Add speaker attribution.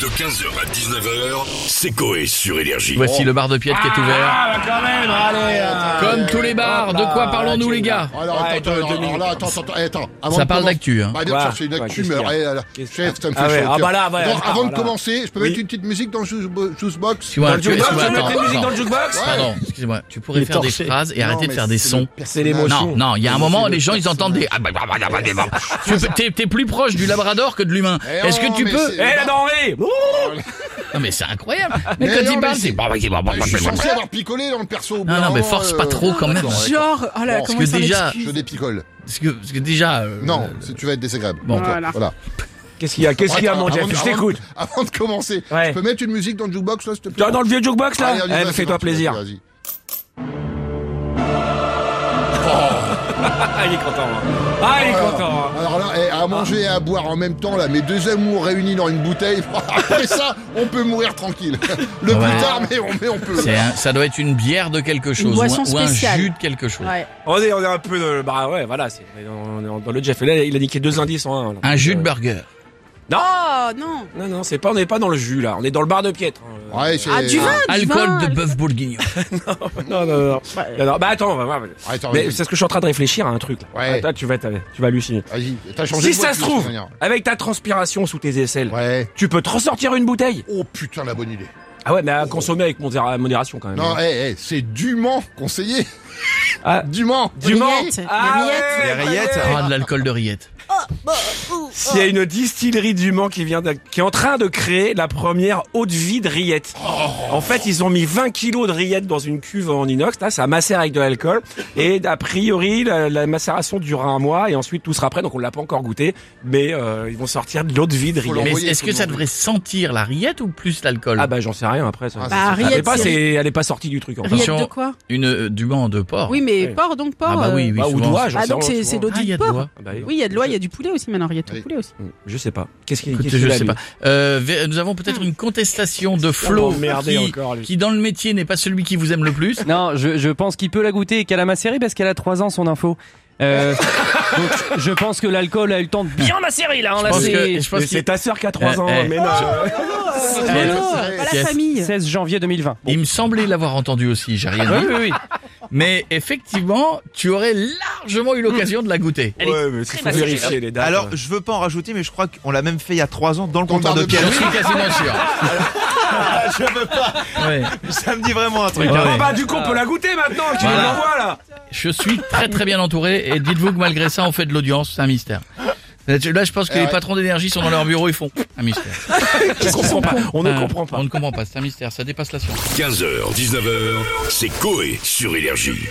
Speaker 1: De 15h à 19h, c'est Coé sur Énergie.
Speaker 2: Voici le bar de Piette qui est ouvert.
Speaker 3: Ah, bah, quand même, allez euh,
Speaker 2: Comme tous les bars, de quoi
Speaker 3: là,
Speaker 2: parlons-nous
Speaker 3: tu-
Speaker 2: les gars
Speaker 4: Ah, Alors,
Speaker 3: Ouais, toi,
Speaker 4: attends, attends,
Speaker 3: deux
Speaker 4: alors
Speaker 3: minutes.
Speaker 4: là, attends, attends, eh, attends, avant
Speaker 2: Ça
Speaker 4: de
Speaker 2: parle
Speaker 4: commencer-
Speaker 2: d'actu, hein.
Speaker 4: Bah, bien
Speaker 3: Ouais.
Speaker 4: sûr, c'est une
Speaker 3: Ouais,
Speaker 4: actu,
Speaker 3: qu'est-ce
Speaker 4: mais,
Speaker 3: qu'il y a
Speaker 4: eh, là, là,
Speaker 3: Qu'est-ce
Speaker 4: chef, ça me
Speaker 3: Ah
Speaker 4: fait
Speaker 3: ouais,
Speaker 4: chaud au
Speaker 3: ah
Speaker 4: cœur.
Speaker 3: bah là, ouais,
Speaker 4: Donc,
Speaker 3: ah
Speaker 4: avant
Speaker 3: bah
Speaker 4: de
Speaker 3: là.
Speaker 4: commencer, je peux
Speaker 3: Oui.
Speaker 4: mettre une petite musique dans le juice- juicebox
Speaker 2: Tu vois,
Speaker 3: Dans le
Speaker 2: tu-
Speaker 3: jukebox,
Speaker 2: tu vois,
Speaker 3: tu veux
Speaker 2: attends,
Speaker 3: mettre des musiques
Speaker 2: attends.
Speaker 3: dans le jukebox
Speaker 2: Pardon, excusez-moi. Tu
Speaker 3: Il
Speaker 2: pourrais
Speaker 3: est
Speaker 2: faire des
Speaker 3: torché.
Speaker 2: phrases et arrêter de faire des sons.
Speaker 3: C'est l'émotion.
Speaker 2: Non, non, il y a un
Speaker 4: C'est
Speaker 2: moment,
Speaker 4: le
Speaker 2: les gens, ils entendent des... Ah, bah, bah, bah, bah, bah, bah. Tu peux- T'es t'es plus proche du labrador que de l'humain.
Speaker 4: Eh
Speaker 2: Est-ce que
Speaker 4: non,
Speaker 2: tu
Speaker 4: mais
Speaker 2: peux...
Speaker 3: Eh, la denrée Oh, Ouh
Speaker 2: Non mais c'est incroyable. Mais,
Speaker 4: Mais
Speaker 2: quand
Speaker 4: non,
Speaker 2: il
Speaker 4: mais
Speaker 2: parle,
Speaker 4: c'est-
Speaker 2: c'est... bah, bah, bah, bah,
Speaker 4: Je suis
Speaker 2: bah, bah.
Speaker 4: censé avoir picolé dans le perso.
Speaker 2: Non, non, mais force pas trop quand même.
Speaker 5: Genre, oh là,
Speaker 4: Bon,
Speaker 5: comment
Speaker 2: parce que
Speaker 5: ça
Speaker 2: déjà-
Speaker 5: m'excuse.
Speaker 4: euh, Je dépicole.
Speaker 2: Parce que, parce que déjà... euh,
Speaker 4: Non, si tu vas être désagréable.
Speaker 2: Bon.
Speaker 4: Toi,
Speaker 5: Voilà.
Speaker 4: voilà.
Speaker 3: Qu'est-ce qu'il y a Qu'est-ce qu'il y a, mon
Speaker 4: Attends,
Speaker 3: Jeff
Speaker 4: avant de-
Speaker 3: Je
Speaker 4: avant de-
Speaker 3: t'écoute.
Speaker 4: Avant de commencer,
Speaker 3: Ouais.
Speaker 4: je peux mettre une musique dans le jukebox, là, s'il te plaît
Speaker 3: Dans, dans le vieux jukebox, là
Speaker 4: Allez, on y
Speaker 3: Eh,
Speaker 4: va,
Speaker 3: mais
Speaker 4: c'est
Speaker 3: Fais-toi
Speaker 4: parti,
Speaker 3: plaisir.
Speaker 4: vas-y,
Speaker 3: Ah, il est content. hein. Ah, il est
Speaker 4: vas-y.
Speaker 3: content. hein.
Speaker 4: Alors là, eh, à manger et à boire en même temps, là, mes deux amours réunis dans une bouteille, après ça, on peut mourir tranquille. Le
Speaker 2: Ouais.
Speaker 4: plus tard, mais on, mais on peut.
Speaker 2: c'est un- ça doit être une bière de quelque chose ou
Speaker 5: boisson
Speaker 2: un, ou un
Speaker 5: spéciale.
Speaker 2: jus de quelque chose.
Speaker 5: Ouais.
Speaker 3: On est, on est un peu dans le. Bah ouais, voilà, c'est, on est dans- on est dans, le Jeff. Et là, il a niqué deux indices en un. là.
Speaker 2: Un jus de burger.
Speaker 5: Oh non
Speaker 3: Non, non, c'est pas, on n'est pas dans le jus, là. On est dans le bar de piètre. hein.
Speaker 4: Ouais, c'est-
Speaker 5: Ah, du vin du
Speaker 2: Alcool
Speaker 5: vin,
Speaker 2: de bœuf bourguignon.
Speaker 3: Non, non, non. Non, non, Bah attends, on va voir.
Speaker 4: Ah, Attends,
Speaker 3: Mais
Speaker 4: vas-y.
Speaker 3: c'est ce que je suis en train de réfléchir à un truc. Là.
Speaker 4: Ouais.
Speaker 3: Attends, tu vas, t'as- tu vas halluciner.
Speaker 4: Vas-y, t'as changé
Speaker 3: Si
Speaker 4: de voix
Speaker 3: ça se
Speaker 4: depuis
Speaker 3: trouve,
Speaker 4: la dernière.
Speaker 3: avec ta transpiration sous tes aisselles,
Speaker 4: Ouais.
Speaker 3: tu peux te ressortir une bouteille.
Speaker 4: Oh putain, la bonne idée.
Speaker 3: Ah ouais, mais à consommer avec modéra- modération quand même.
Speaker 4: Non, eh, eh, c'est dûment conseillé.
Speaker 3: Ah.
Speaker 4: Dûment.
Speaker 3: Du
Speaker 5: Les
Speaker 3: menthe.
Speaker 5: rillettes,
Speaker 3: Ah
Speaker 5: les rillettes.
Speaker 3: ouais,
Speaker 6: Les rillettes.
Speaker 3: ouais.
Speaker 2: Ah, de l'alcool de rillette.
Speaker 3: S'il y a une distillerie du Mans qui vient de- qui est en train de créer la première eau de vie de rillettes. En fait, ils ont mis 20 kilos de rillettes dans une cuve en inox. Là, ça macère avec de l'alcool. Et a priori, la, la macération durera un mois et ensuite tout sera prêt. Donc on l'a pas encore goûté, mais euh, ils vont sortir de l'eau de vie de
Speaker 4: Faut
Speaker 3: rillettes.
Speaker 2: Mais
Speaker 4: envoyer
Speaker 2: est-ce
Speaker 4: tout
Speaker 2: que
Speaker 4: le
Speaker 2: ça
Speaker 4: monde.
Speaker 2: devrait sentir la rillette ou plus l'alcool
Speaker 3: Ah bah j'en sais rien après. Ça.
Speaker 4: Ah,
Speaker 5: Bah,
Speaker 3: Elle est
Speaker 5: rillettes,
Speaker 3: pas,
Speaker 5: c'est-
Speaker 3: c'est- elle est pas sortie du truc. En fait.
Speaker 5: rillettes de
Speaker 2: Attention.
Speaker 5: quoi
Speaker 2: Une euh, du banc de porc.
Speaker 5: Oui, mais
Speaker 3: Ouais.
Speaker 5: porc, donc porc.
Speaker 2: Ah bah oui,
Speaker 5: euh.
Speaker 2: oui.
Speaker 3: Bah, ou
Speaker 2: souvent,
Speaker 3: doigt, j'en
Speaker 5: Ah
Speaker 3: sais
Speaker 5: donc
Speaker 3: rien,
Speaker 5: c'est
Speaker 3: souvent.
Speaker 5: c'est l'eau
Speaker 2: Ah, il y
Speaker 5: de
Speaker 2: a de
Speaker 5: porc.
Speaker 2: l'oie.
Speaker 3: Ah bah,
Speaker 5: Oui, il y a de l'oie, il y a du poulet aussi maintenant, rillettes de poulet aussi.
Speaker 3: Je sais pas. Qu'est-ce qu'il
Speaker 2: Écoute,
Speaker 3: qu'est-ce
Speaker 2: je
Speaker 3: qu'il a,
Speaker 2: sais
Speaker 3: lui
Speaker 2: pas. Euh, ve- nous avons
Speaker 5: Ah.
Speaker 2: peut-être une contestation de Flo
Speaker 3: m'emmerder
Speaker 2: qui,
Speaker 3: encore, lui.
Speaker 2: qui, dans le métier, n'est pas celui qui vous aime le plus.
Speaker 7: Non, je, je pense qu'il peut la goûter et qu'elle a ma série parce qu'elle a 3 ans son info. Euh, donc je pense que l'alcool a eu le temps de bien ma série là, on l'a
Speaker 2: pense que-
Speaker 7: c'est
Speaker 2: je pense
Speaker 3: Mais
Speaker 2: qu'il-
Speaker 3: C'est ta sœur qui a 3
Speaker 2: Eh,
Speaker 3: ans,
Speaker 2: eh,
Speaker 3: mais non.
Speaker 2: Mais non,
Speaker 5: Oh,
Speaker 4: c'est-
Speaker 5: pas
Speaker 2: c'est-
Speaker 5: la famille.
Speaker 7: 16 janvier 2020.
Speaker 2: Il me semblait l'avoir entendu aussi, j'ai rien
Speaker 7: Oui,
Speaker 2: dit.
Speaker 7: oui, oui.
Speaker 2: Mais effectivement, tu aurais largement eu l'occasion de la goûter.
Speaker 6: Elle est
Speaker 3: Ouais, mais c'est faut vérifier les dates.
Speaker 6: Alors, je veux pas en rajouter, mais je crois qu'on l'a même fait il y a trois ans dans le
Speaker 4: Dans le
Speaker 6: comptoir
Speaker 4: bar
Speaker 6: de
Speaker 4: de
Speaker 6: Pierre.
Speaker 2: Je suis quasiment sûr.
Speaker 6: je veux pas.
Speaker 2: Ouais.
Speaker 6: Ça me dit vraiment un truc. hein.
Speaker 2: Ouais.
Speaker 3: Ah bah du coup on peut la goûter maintenant, tu
Speaker 2: Voilà.
Speaker 3: me l'envoies là
Speaker 2: Je suis très très bien entouré et dites-vous que malgré ça, on fait de l'audience, c'est un mystère. Là, je pense que
Speaker 4: Ah
Speaker 2: les
Speaker 4: ouais.
Speaker 2: patrons d'énergie sont dans leur bureau, ils font un mystère.
Speaker 3: Je comprends pas, on ne
Speaker 2: Euh,
Speaker 3: comprend pas.
Speaker 2: On ne comprend pas, c'est un mystère, ça dépasse la science.
Speaker 1: 15h, 19h, c'est Coé sur Énergie.